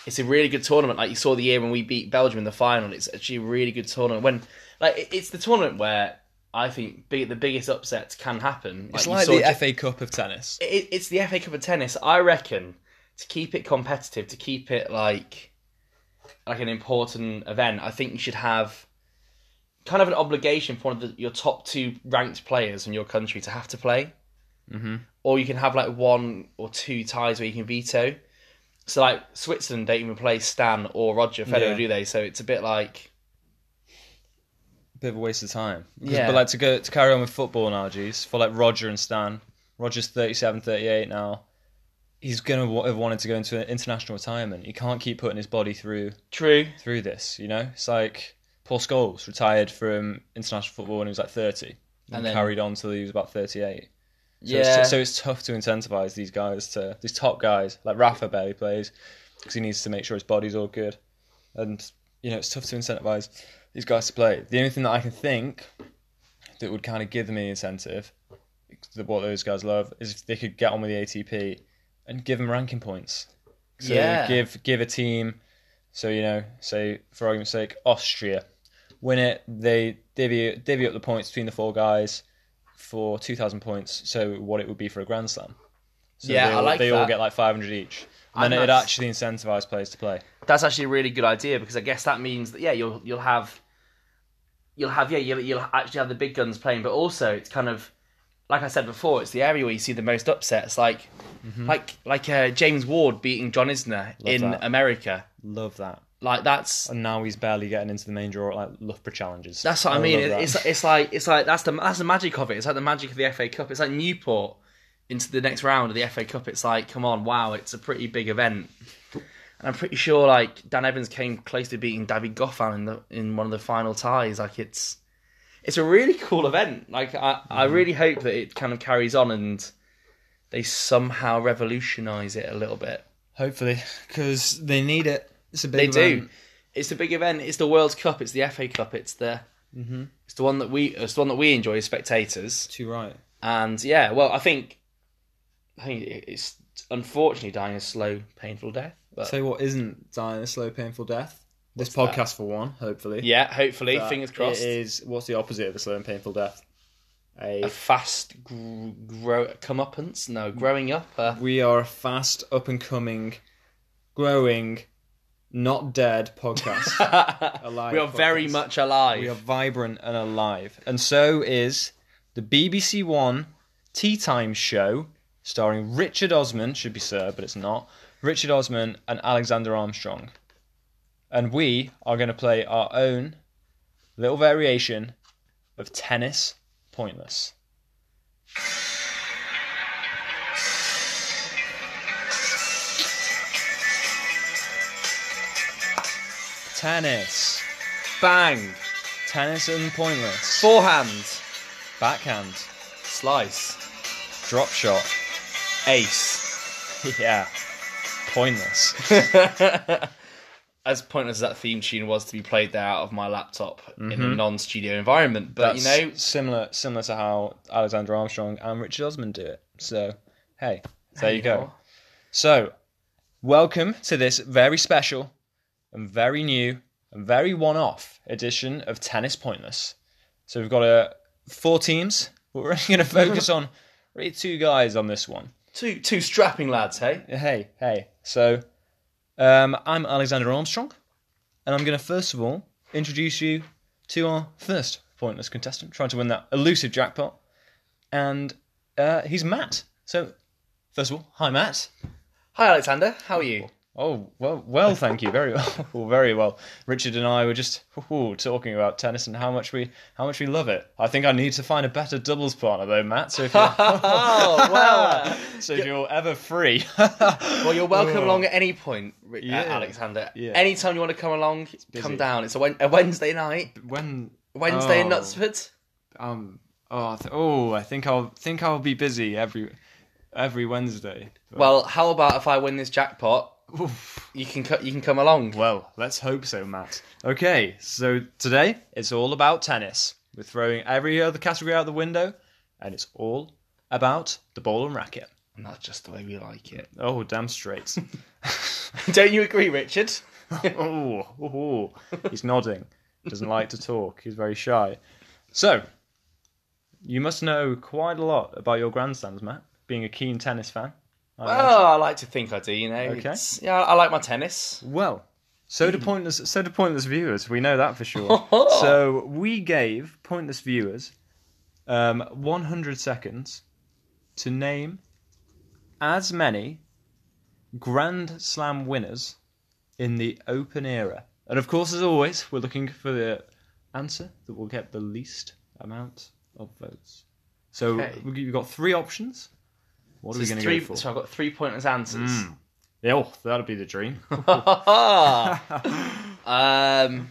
B: it's a really good tournament. Like you saw the year when we beat Belgium in the final, it's actually a really good tournament. When like it, it's the tournament where I think big, the biggest upsets can happen.
A: It's
B: you
A: like
B: saw
A: the
B: Ja-
A: FA Cup of tennis.
B: it, it's the FA Cup of tennis. I reckon to keep it competitive, to keep it like like an important event, I think you should have kind of an obligation for one of the, your top two ranked players in your country to have to play, mm-hmm. or you can have like one or two ties where you can veto. So like Switzerland don't even play Stan or Roger Federer,
A: Yeah.
B: do they? So it's a bit like
A: Bit of a waste of time. 'Cause-
B: Yeah.
A: But like to go to carry on with football analogies for like Roger and Stan. Roger's 37, 38 now. He's gonna wa- have wanted to go into an international retirement. He can't keep putting his body through
B: true.
A: through this. You know, it's like Paul Scholes retired from international football when he was like 30, and,
B: then-
A: carried on till he was about 38. So
B: Yeah.
A: It's, so it's tough to incentivize these guys to these top guys like Rafa barely plays because he needs to make sure his body's all good, and you know it's tough to incentivize these guys to play. The only thing that I can think that would kind of give them the incentive, that what those guys love, is if they could get on with the ATP and give them ranking points. So
B: Yeah.
A: give give a team, so you know, say for argument's sake, Austria win it. They divvy divvy up the points between the four guys for two thousand points. So what it would be for a Grand Slam. So
B: Yeah,
A: they
B: I
A: all,
B: like
A: they all
B: that.
A: get like five hundred each, and then
B: I'm
A: it'd
B: not-
A: actually incentivize players to play.
B: that's actually a really good idea because I guess that means that yeah, you'll you'll have you'll have yeah you'll, you'll actually have the big guns playing, but also it's kind of like I said before, it's the area where you see the most upsets, like like like uh, James Ward beating John Isner in
A: that.
B: America.
A: Love that.
B: Like that's
A: And now he's barely getting into the main draw at like Loughborough challenges.
B: that's what I,
A: <laughs>
B: mean.
A: love that.
B: It's it's like it's like that's the that's the magic of it. It's like the magic of the FA Cup. It's like Newport into the next round of the FA Cup, it's like, come on, wow, it's a pretty big event. And I'm pretty sure like Dan Evans came close to beating David Goffin in the in one of the final ties. Like it's it's a really cool event. Like I, I
A: Mm-hmm.
B: really hope that it kind of carries on and they somehow revolutionise it a little bit.
C: Hopefully, because they need it. It's a
B: They
C: big
B: do.
C: event.
B: It's the big event. It's the World Cup. It's the FA Cup. It's the
C: Mm-hmm.
B: it's the one that we it's the one that we enjoy as spectators.
C: Too right.
B: And yeah, well, I think I think it- it's unfortunately dying a slow, painful death. But
C: Tell you what isn't dying a slow, painful death. This podcast for one, hopefully.
B: yeah, hopefully,
C: But
B: fingers crossed.
C: Uh, It is what's the opposite of a slow and painful death?
B: a
C: A
B: fast gr- grow comeuppance. No,
C: Mm.
B: growing up.
C: <laughs>
B: Uh,
C: we are a fast, up and coming, growing, not dead
B: <laughs>
C: podcast. Alive
B: we are very
C: podcast.
B: much alive.
C: We are vibrant and alive.
A: And so is the BBC One Tea Time Show starring Richard Osman, should be Sir, but it's not, Richard Osman and Alexander Armstrong. And we are going to play our own little variation of Tennis Pointless. Tennis.
B: Bang,
A: Tennis and pointless.
B: forehand,
A: Backhand.
B: slice,
A: Drop shot. <laughs>
B: ace.
A: yeah. Pointless.
B: As pointless as that theme tune was to be played there out of my laptop in
C: Mm-hmm.
B: a non-studio environment, <laughs> but
A: That's
B: you know,
A: similar similar to how Alexander Armstrong and Richard Osman do it. So hey, there you go. So welcome to this very special and very new and very one-off edition of Tennis Pointless. So we've got uh, four teams, but we're <laughs> only going to
B: <laughs>
A: focus on really two guys on this one.
B: two two strapping lads, hey.
A: Hey, hey. So, um, I'm Alexander Armstrong, and I'm going to first of all introduce you to our first pointless contestant, trying to win that elusive jackpot. And uh, he's Matt. So, first of all, hi, Matt.
B: Hi, Alexander. How
A: <laughs>
B: are you?
A: Oh, well, well, thank you. Very <laughs> well, Oh, very well. Richard and I were just ooh, talking about tennis and how much we how much we love it. I think I need to find a better doubles partner though, Matt. So if <laughs> you're,
B: Oh well.
A: so if you're ever free,
B: <laughs>
A: <laughs>
B: Well, you're welcome along at any point, Ri- uh,
A: Oh. Yeah.
B: Alexander.
A: Yeah.
B: Anytime you want to come along, come down. It's a, Wed- a Wednesday night.
C: When
B: Wednesday in
C: Oh.
B: Knutsford.
C: um oh I th- oh I think I'll think I'll be busy every every Wednesday.
B: Well, how about if I win this jackpot, you can co- you can come along.
A: Well, let's hope so, Matt. Okay, so today it's all about tennis. We're throwing every other category out the window, and it's all about the ball and racket.
B: And that's just the way we like it. <laughs>
A: Oh, damn straight. <laughs>
B: Don't you agree, Richard?
A: oh, oh, oh. he's nodding. Doesn't like to talk. He's very shy. So, you must know quite a lot about your grandsons, Matt, being a keen tennis fan. I imagine.
B: Oh, I like to think I do. You know. It's- yeah, I like my tennis.
A: Well, so
B: Hmm.
A: do pointless. So do pointless viewers. We know that for sure.
B: <laughs> Oh.
A: so we gave pointless viewers um, 100 seconds to name as many Grand Slam winners in the Open era, and of course, as always, we're looking for the answer that will get the least amount of votes. So
B: Okay.
A: we- you've got three options. What are we
B: There's
A: going to
B: three-
A: go for?
B: So I've got three pointers answers.
A: Yeah, oh, that'd be the dream. Hmm.
B: <laughs> um,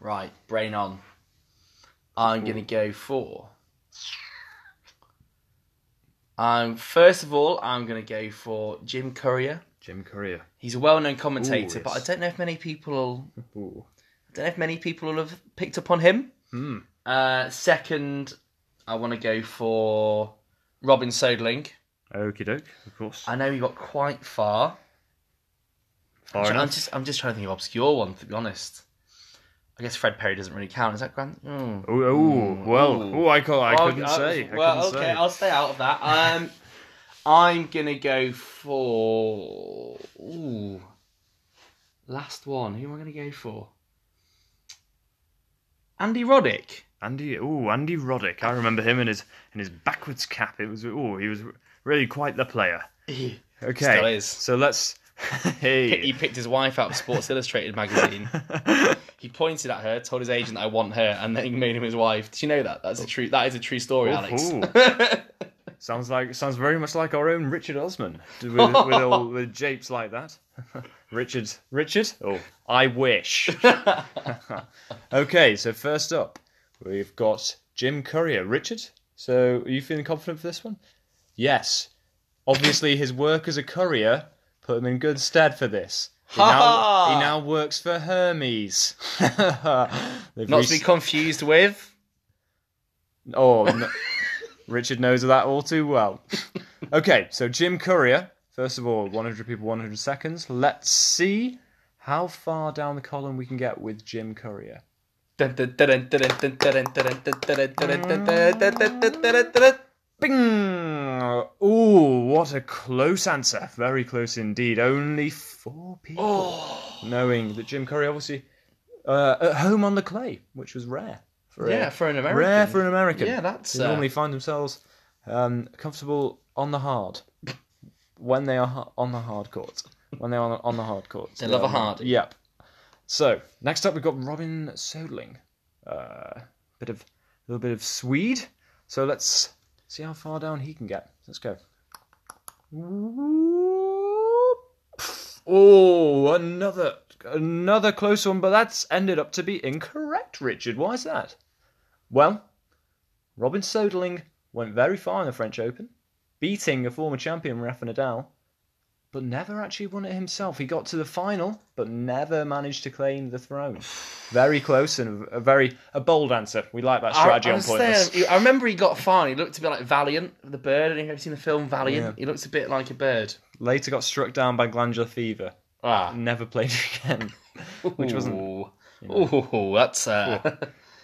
B: right, brain on. I'm gonna go for. I'm first of all, I'm gonna go for Jim Courier.
A: <laughs> Jim Courier.
B: He's a well-known commentator,
A: Ooh,
B: but I
A: yes.
B: don't know if many people will.
A: Ooh.
B: I don't know if many people will have picked up on him.
A: Hmm.
B: Uh, second, I want to go for Robin Sodling.
A: Okie doke, of course.
B: I know he got quite far.
A: Far
B: I'm
A: enough.
B: just, I'm just trying to think of obscure ones. To be honest, I guess Fred Perry doesn't really count. Is that grand? Mm.
A: Oh, oh, well,
B: ooh.
A: oh, I, co- I
B: Oh,
A: couldn't
B: uh,
A: say. I
B: well,
A: couldn't
B: okay,
A: say.
B: I'll stay out of that. Um, <laughs> I'm gonna go for ooh, last one. Who am I gonna go for?
A: <laughs>
B: Andy Roddick.
A: Andy, oh, Andy Roddick. I remember him in his in his backwards cap. It was, oh, he was really quite the player. Okay,
B: Still is.
A: so let's. <laughs>
B: He
A: hey,
B: picked his wife out of Sports Illustrated magazine.
A: <laughs>
B: He pointed at her, told his agent, "I want her," and then he made him his wife. Did you know that? That's a true. That is a true story, Alex.
A: ooh. Sounds like sounds very much like our own Richard Osman with,
B: <laughs>
A: with all the japes like that. <laughs> Richard, Richard. Oh, I wish. <laughs> okay, so first up, we've got Jim Courier. Richard, so are you feeling confident for this one? Yes. Obviously, his work as a courier put him in good stead for this. He, now,
B: Ha!
A: he now works for Hermes. <laughs> They've
B: Not
A: rec-
B: to be confused with.
A: Oh, no. Richard knows that all too well. Okay, so Jim Courier. First of all, 100 people, 100 seconds. Let's see how far down the column we can get with Jim Courier. Bing! Ooh, what a close answer. Very close indeed. Only four people
B: Oh.
A: knowing that Jim Courier obviously uh, at home on the clay, which was rare. For a-
B: Yeah, for an American.
A: Rare for an American.
B: Yeah, that's,
A: They
B: uh,
A: normally find themselves um, comfortable on the hard when they are ha- on the hard court. When they are on the, on the hard court. Um,
B: They love a hard.
A: Yep. So next up, we've got Robin Sodling. Uh, bit of a little bit of Swede. So let's see how far down he can get. Let's go. Oh, another another close one, but that's ended up to be incorrect, Richard. Why is that? Well, Robin Soderling went very far in the French Open, beating a former champion Rafa Nadal, but never actually won it himself. He got to the final, but never managed to claim the throne. Very close and a very a bold answer. We like that
B: I,
A: strategy
B: I
A: on
B: was
A: point.
B: saying, he- I remember he got far and he looked a bit like Valiant, the bird. I don't know if you've seen the film Valiant.
A: Yeah.
B: He looks a bit like a bird.
A: Later got struck down by glandular fever.
B: Ah.
A: Never played <laughs> again. Which wasn't
B: Ooh, Ooh, that's uh,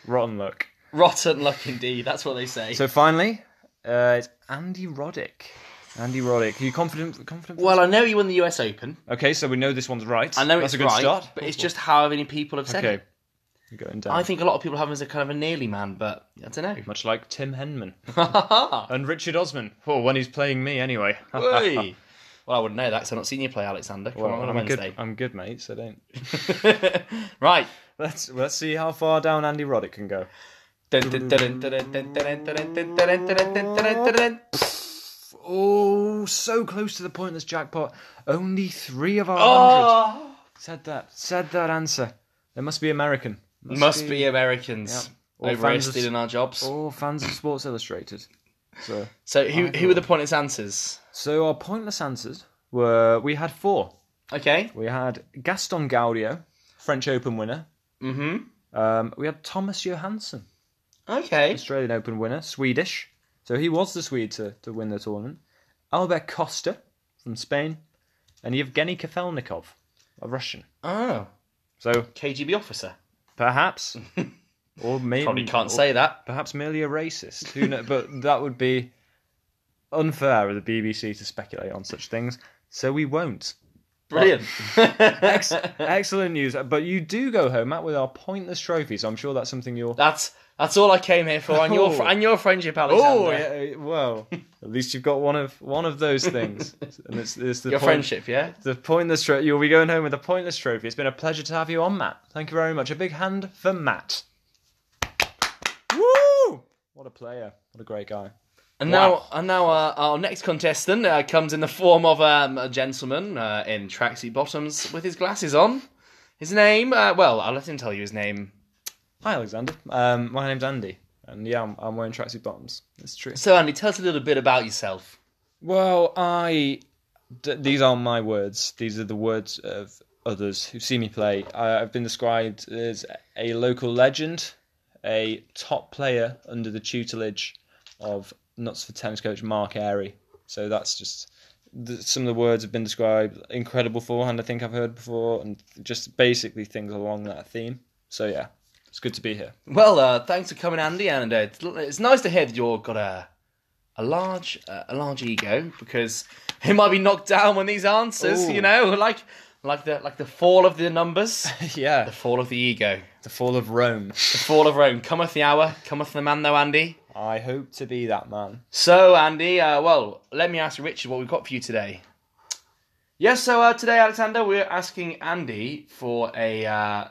A: rotten luck.
B: rotten luck indeed. That's what they say.
A: So finally, uh, it's Andy Roddick. Andy Roddick. Are you confident? Confident?
B: well, I know he won the US Open.
A: Okay, so we know this one's right.
B: I know
A: That's
B: it's
A: a good
B: right,
A: start.
B: but it's just how many people have said
A: okay.
B: it.
A: You're going down.
B: I think a lot of people have him as a kind of a nearly man, but I don't know.
A: Much like Tim Henman <laughs>
B: <laughs>
A: and Richard Osman. Oh, when he's playing me anyway. <laughs>
B: Hey. well, I wouldn't know that because I've not seen you play Alexander. Come
A: Well,
B: on, on a
A: I'm good.
B: Wednesday.
A: I'm good, mate. So don't.
B: <laughs> right.
A: Let's let's see how far down Andy Roddick can go. Oh, so close to the pointless jackpot. Only three of our hundred
B: Oh,
A: said that. Said that answer. They must be American.
B: must be Americans.
A: Yeah. Or
B: Over
A: fans of-
B: stealing our jobs.
A: All fans of Sports Illustrated. So,
B: So who who were the pointless answers?
A: so our pointless answers were we had four.
B: Okay.
A: We had Gaston Gaudio, French Open winner.
B: Mm-hmm.
A: Um, we had Thomas Johansson,
B: Okay.
A: Australian Open winner, Swedish. So he was the Swede to, to win the tournament. Albert Costa from Spain, and Yevgeny Kafelnikov, a Russian.
B: Oh.
A: So
B: KGB officer. <laughs>
A: perhaps, or maybe
B: Probably can't say that.
A: perhaps merely a racist. Who know, but that would be unfair of the BBC to speculate on such things. So we won't.
B: Brilliant. <laughs>
A: Ex- <laughs> excellent news. But you do go home, Matt, with our pointless trophy. So I'm sure that's something you're.
B: That's that's all I came here for, and your fr-
A: Oh.
B: and your friendship, Alexander.
A: yeah, Uh, well, at least you've got one of one of those things, and it's, it's the
B: Your
A: point-
B: friendship, yeah.
A: The pointless trophy. You'll be going home with a pointless trophy. It's been a pleasure to have you on, Matt. Thank you very much. A big hand for Matt. Woo! What a player! What a great guy.
B: And
A: Wow.
B: now, and now uh, our next contestant uh, comes in the form of um, a gentleman uh, in tracksuit bottoms with his glasses on. His name, uh, well, I'll let him tell you his name.
A: Hi, Alexander. Um, my name's Andy, and yeah, I'm, I'm wearing tracksuit bottoms. It's true.
B: So, Andy, tell us a little bit about yourself.
A: Well, I. Th- these aren't my words. These are the words of others who've seen me play. I, I've been described as a local legend, a top player under the tutelage of Nuts for Tennis coach Mark Airy. So that's just. th some of the words have been described. Incredible forehand, I think I've heard before, and just basically things along that theme. So yeah, it's good to be here. <laughs>
B: Well, uh, thanks for coming, Andy, and uh, it's, it's nice to hear that you've got a a large uh, a large ego because it might be knocked down when these answers,
A: Ooh.
B: you know, <laughs> like like the like the fall of the numbers,
A: yeah,
B: the fall of the ego,
A: the fall of Rome.
B: the fall of Rome. Cometh the hour, cometh the man, though, Andy.
A: I hope to be that man.
B: So, Andy, uh, well, let me ask Richard what we've got for you today. Yes, so uh, today, Alexander, we're asking Andy for a uh,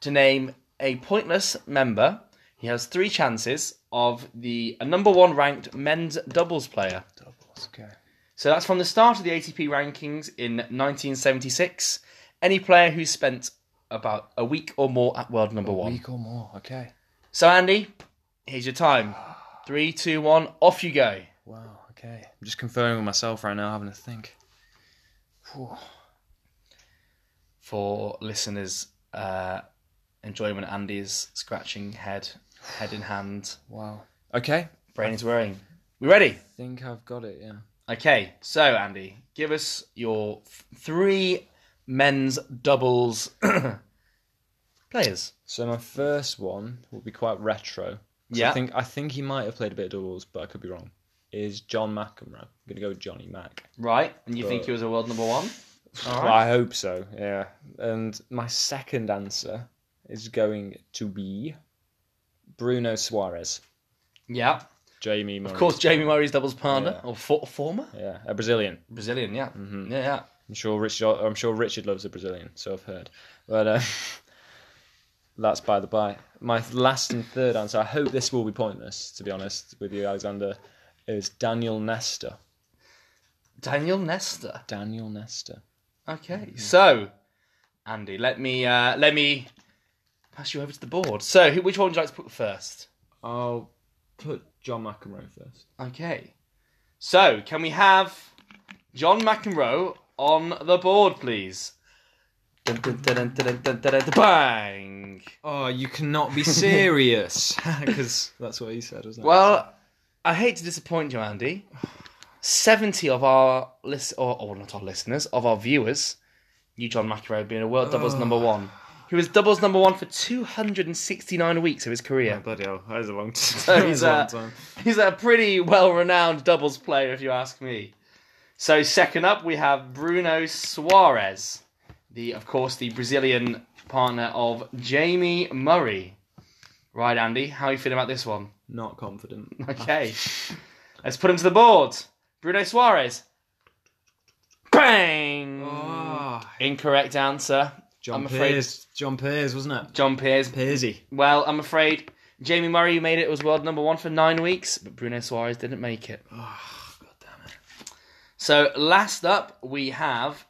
B: to name a pointless member. He has three chances, of the a number one ranked men's doubles player.
A: Doubles. Okay.
B: So that's from the start of the ATP rankings in 1976. Any player who spent about a week or more at world number one.
A: Week or more. Okay.
B: So Andy, here's your time. Three, two, one, off you go.
A: Wow. Okay. I'm just conferring with myself right now, having to think.
B: For listeners uh, enjoying when Andy is scratching head, head in hand,
A: Wow. Okay.
B: brain is whirring. We ready?
A: Think I've got it. Yeah.
B: Okay, so Andy, give us your f- three men's doubles <clears throat> players.
A: So my first one will be quite retro. 'cause
B: Yeah.
A: I think I think he might have played a bit of doubles, but I could be wrong. Is John McEnroe? I'm gonna go with Johnny Mac.
B: Right, and you think
A: But-
B: he was a world number <laughs> one? All
A: Well,
B: right.
A: I hope so. Yeah. And my second answer is going to be Bruno Suarez,
B: Yeah,
A: Jamie. Murray.
B: of course, Jamie Murray's doubles partner
A: Yeah.
B: or for- former
A: Yeah, a Brazilian.
B: Brazilian. Yeah,
A: Mhm.
B: yeah, yeah.
A: I'm sure Richard. I'm sure Richard loves a Brazilian, so I've heard. But uh, <laughs> that's by the by. My last and third answer. I hope this will be pointless. To be honest with you, Alexander, is Daniel Nesta.
B: Daniel Nesta.
A: Daniel Nesta.
B: Okay, so Andy, let me uh, let me pass you over to the board. So, who, which one would you like to put first?
C: I'll put John McEnroe first.
B: Okay. So, can we have John McEnroe on the board, please? Dun, dun, dun, dun, dun, dun, dun, dun, dun, bang!
C: Oh, you cannot be
A: <laughs>
C: serious. <laughs> Because that's what he said, wasn't it?
B: Well, I hate to disappoint you, Andy. 70 of our list, or, or not our listeners, of our viewers, you, John McEnroe, being a world doubles number one. He was doubles number one for 269 weeks of his career.
C: bloody hell, that is a long <laughs> time.
B: That is a- He's a pretty well renowned doubles player, if you ask me. So, second up, we have Bruno Suarez, the, of course, the Brazilian partner of Jamie Murray. Right, Andy, how are you feeling about this one? <laughs>
C: Not confident.
B: Okay, let's put him to the board. Bruno Suarez. Bang!
A: Oh.
C: Ah,
B: Incorrect answer.
C: John
B: I'm afraid-
C: Piers. John Piers, wasn't it?
B: John Pearce.
C: Piersy.
B: Well, I'm afraid Jamie Murray made it was world number one for nine weeks, but Bruno Suarez didn't make it.
C: Oh, God damn it.
B: So last up we have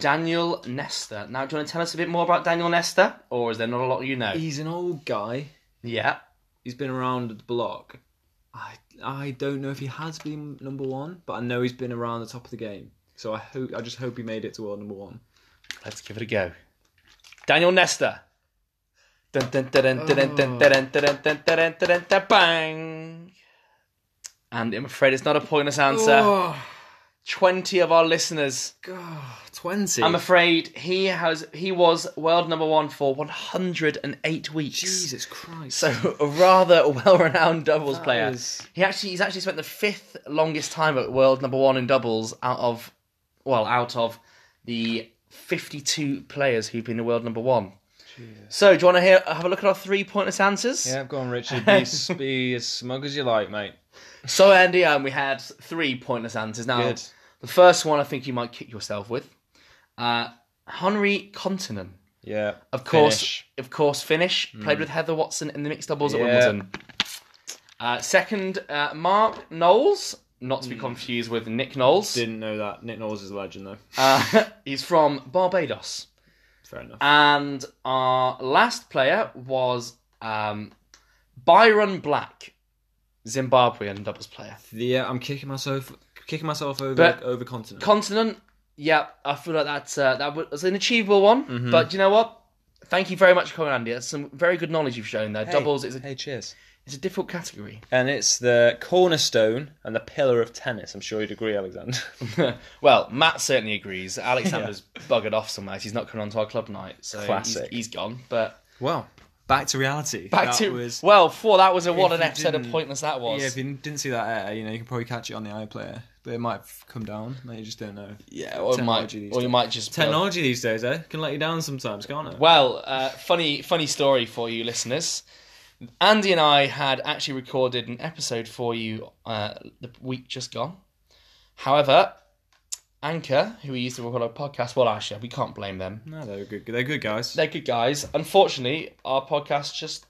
B: Daniel Nesta. Now, do you want to tell us a bit more about Daniel Nesta, or is there not a lot you know?
C: He's an old guy.
B: Yeah.
C: He's been around the block. I I don't know if he has been number one, but I know he's been around the top of the game. So I hope I just hope he made it to world number one.
B: Let's give it a go. Daniel Nesta. Dun, dun, dun, dun, dun, dun, dun, dun, dun, dun, dun, dun, dun, dun, Bang. And I'm afraid it's not a pointless answer.
C: Oh,
B: Twenty of our listeners.
C: God, 20.
B: I'm afraid he has. He was world number one for 108 weeks.
C: Jesus Christ.
B: So a rather well-renowned doubles player.
C: is-
B: He actually he's actually spent the fifth longest time at world number one in doubles out of well out of the 52 players who've been to world number one. So do you want to hear, have a look at our three pointless answers?
A: Yeah, go on, Richard. Be, s- be as smug as you like, mate.
B: So Andy, um, we had three pointless answers. Now
A: Good.
B: the first one I think you might kick yourself with. Uh, Henri Kontinen,
A: Yeah.
B: of course,
A: Finish.
B: of course, Finnish played with Heather Watson in the mixed doubles at
A: Hmm. Yeah.
B: Wimbledon. Uh, second, uh, Mark Knowles, not
A: Hmm.
B: to be confused with Nick Knowles.
C: Didn't know that. Nick Knowles is a legend, though.
B: Uh, <laughs> he's from Barbados.
C: Fair enough.
B: And our last player was um, Byron Black, Zimbabwean doubles player.
A: Hmm.
C: The uh, I'm kicking myself, kicking myself over
B: But-
C: over continent.
B: Continent, yeah, I feel like that's, uh, that was an achievable one.
A: Mm-hmm.
B: But you know what? Thank you very much for coming, Andy. That's some very good knowledge you've shown there. Doubles is a,
A: Hey, cheers.
B: it's a difficult category.
A: And it's the cornerstone and the pillar of tennis. I'm sure you'd agree, Alexander. <laughs>
B: <laughs> well, Matt certainly
C: <laughs>
B: agrees. Alexander's buggered off somewhere. He's not coming on to our club night, so he's-
A: Classic.
B: he's gone. But
C: Well, back to reality.
B: <laughs> back
C: That
B: to
C: was-
B: well, for that was a what
C: If
B: an
C: you
B: episode of
C: didn't-
B: pointless that was.
C: yeah. If you didn't see
A: uh,
C: that air, you know you can probably catch it on the iPlayer, but it might have come down. Like, you just don't know.
B: Yeah, or, it might,
C: Technology these
B: or you might just
C: Technology these days, eh, can let you down sometimes, can't it?
B: Well, uh, funny, funny story for you listeners. Andy and I had actually recorded an episode for you uh, the week just gone. However, Anchor, who we used to record our podcast, well, actually, we can't blame them.
C: No, they're good. They're good guys.
B: They're good guys. Unfortunately, our podcast just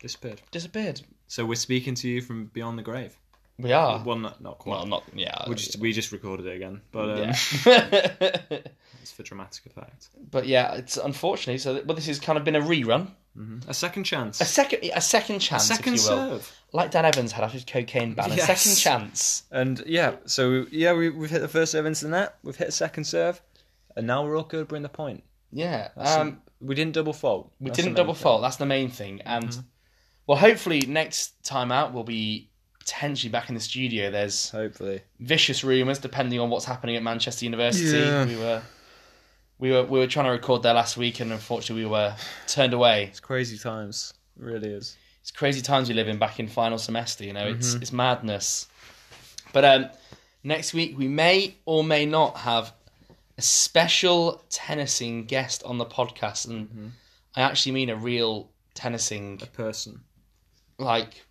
C: Disappeared.
B: disappeared.
A: So we're speaking to you from beyond the grave.
B: We are.
A: well, not, not quite.
B: Well, not yeah.
A: we just we just recorded it again, but um,
B: yeah.
A: it's for dramatic effect.
B: <laughs> but yeah, it's unfortunately so. That, well, this has kind of been a rerun,
A: A second chance.
B: a second, a second chance,
A: second
B: if you will.
A: serve.
B: Like Dan Evans had after his cocaine ban, a
A: Yes.
B: second chance.
D: And yeah, so yeah, we, we've hit the first serve into the net, we've hit a second serve, and now we're all good. We're in the point.
B: Yeah.
D: So
B: Um,
D: we didn't double fault.
B: we didn't double fault. That's the main thing. And well, hopefully next time out we'll be potentially back in the studio. There's
D: Hopefully,
B: vicious rumours depending on what's happening at Manchester University.
D: Yeah.
B: We were. We were, we were trying to record there last week and unfortunately we were turned away.
D: it's crazy times. It really is.
B: it's crazy times we live in back in final semester you know it's
A: Mm-hmm.
B: it's madness but um next week we may or may not have a special tennising guest on the podcast and
A: Mm-hmm.
B: i actually mean a real tennising
A: A person,
B: like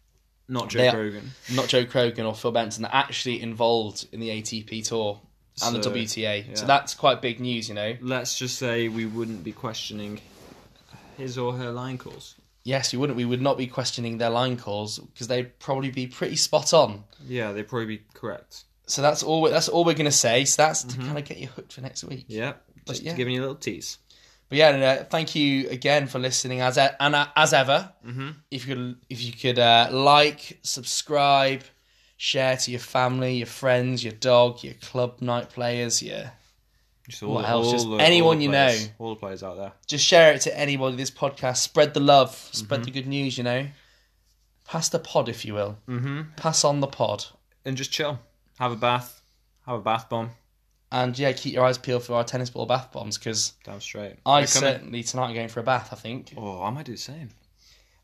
A: not Joe
B: They are-
A: Rogan.
B: not joe krogan or phil benson that actually involved in the atp tour and
A: So,
B: the wta so
A: yeah.
B: that's quite big news you know
A: Let's just say we wouldn't be questioning his or her line calls.
B: yes we wouldn't we would not be questioning their line calls because they'd probably be pretty spot on
A: Yeah, they'd probably be correct.
B: so that's all we, that's all we're going to say so that's
A: Mm-hmm.
B: to kind of get you hooked for next week
A: Yeah, just
B: yeah.
A: giving you a little tease.
B: But yeah, no, no, thank you again for listening as e- and uh, as ever.
A: Mm-hmm.
B: If you could, if you could uh, like, subscribe, share to your family, your friends, your dog, your club night players, yeah,
A: Just all
B: What
A: the-
B: else?
A: all
B: Just
A: the-
B: anyone
A: all the
B: you
A: players-
B: know.
A: all the players out there.
B: just share it to anybody. This podcast, spread the love, spread the good news. You know, pass the pod, if you will.
A: Mm-hmm.
B: Pass on the pod,
A: And just chill, have a bath, have a bath bomb.
B: and yeah, keep your eyes peeled for our tennis ball bath bombs because
A: Damn straight.
B: I
A: They're coming.
B: certainly tonight am going for a bath. I think
A: Oh, I might do the same.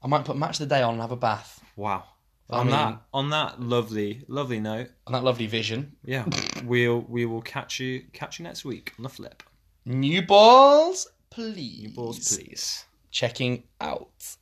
B: I might put match of the day on and have a bath
A: Wow.
B: I
A: on
B: mean-
A: that on that lovely lovely note,
B: on that lovely vision.
A: yeah, we'll we will catch you catch you next week on the flip.
B: New balls, please.
A: Balls, please.
B: checking out.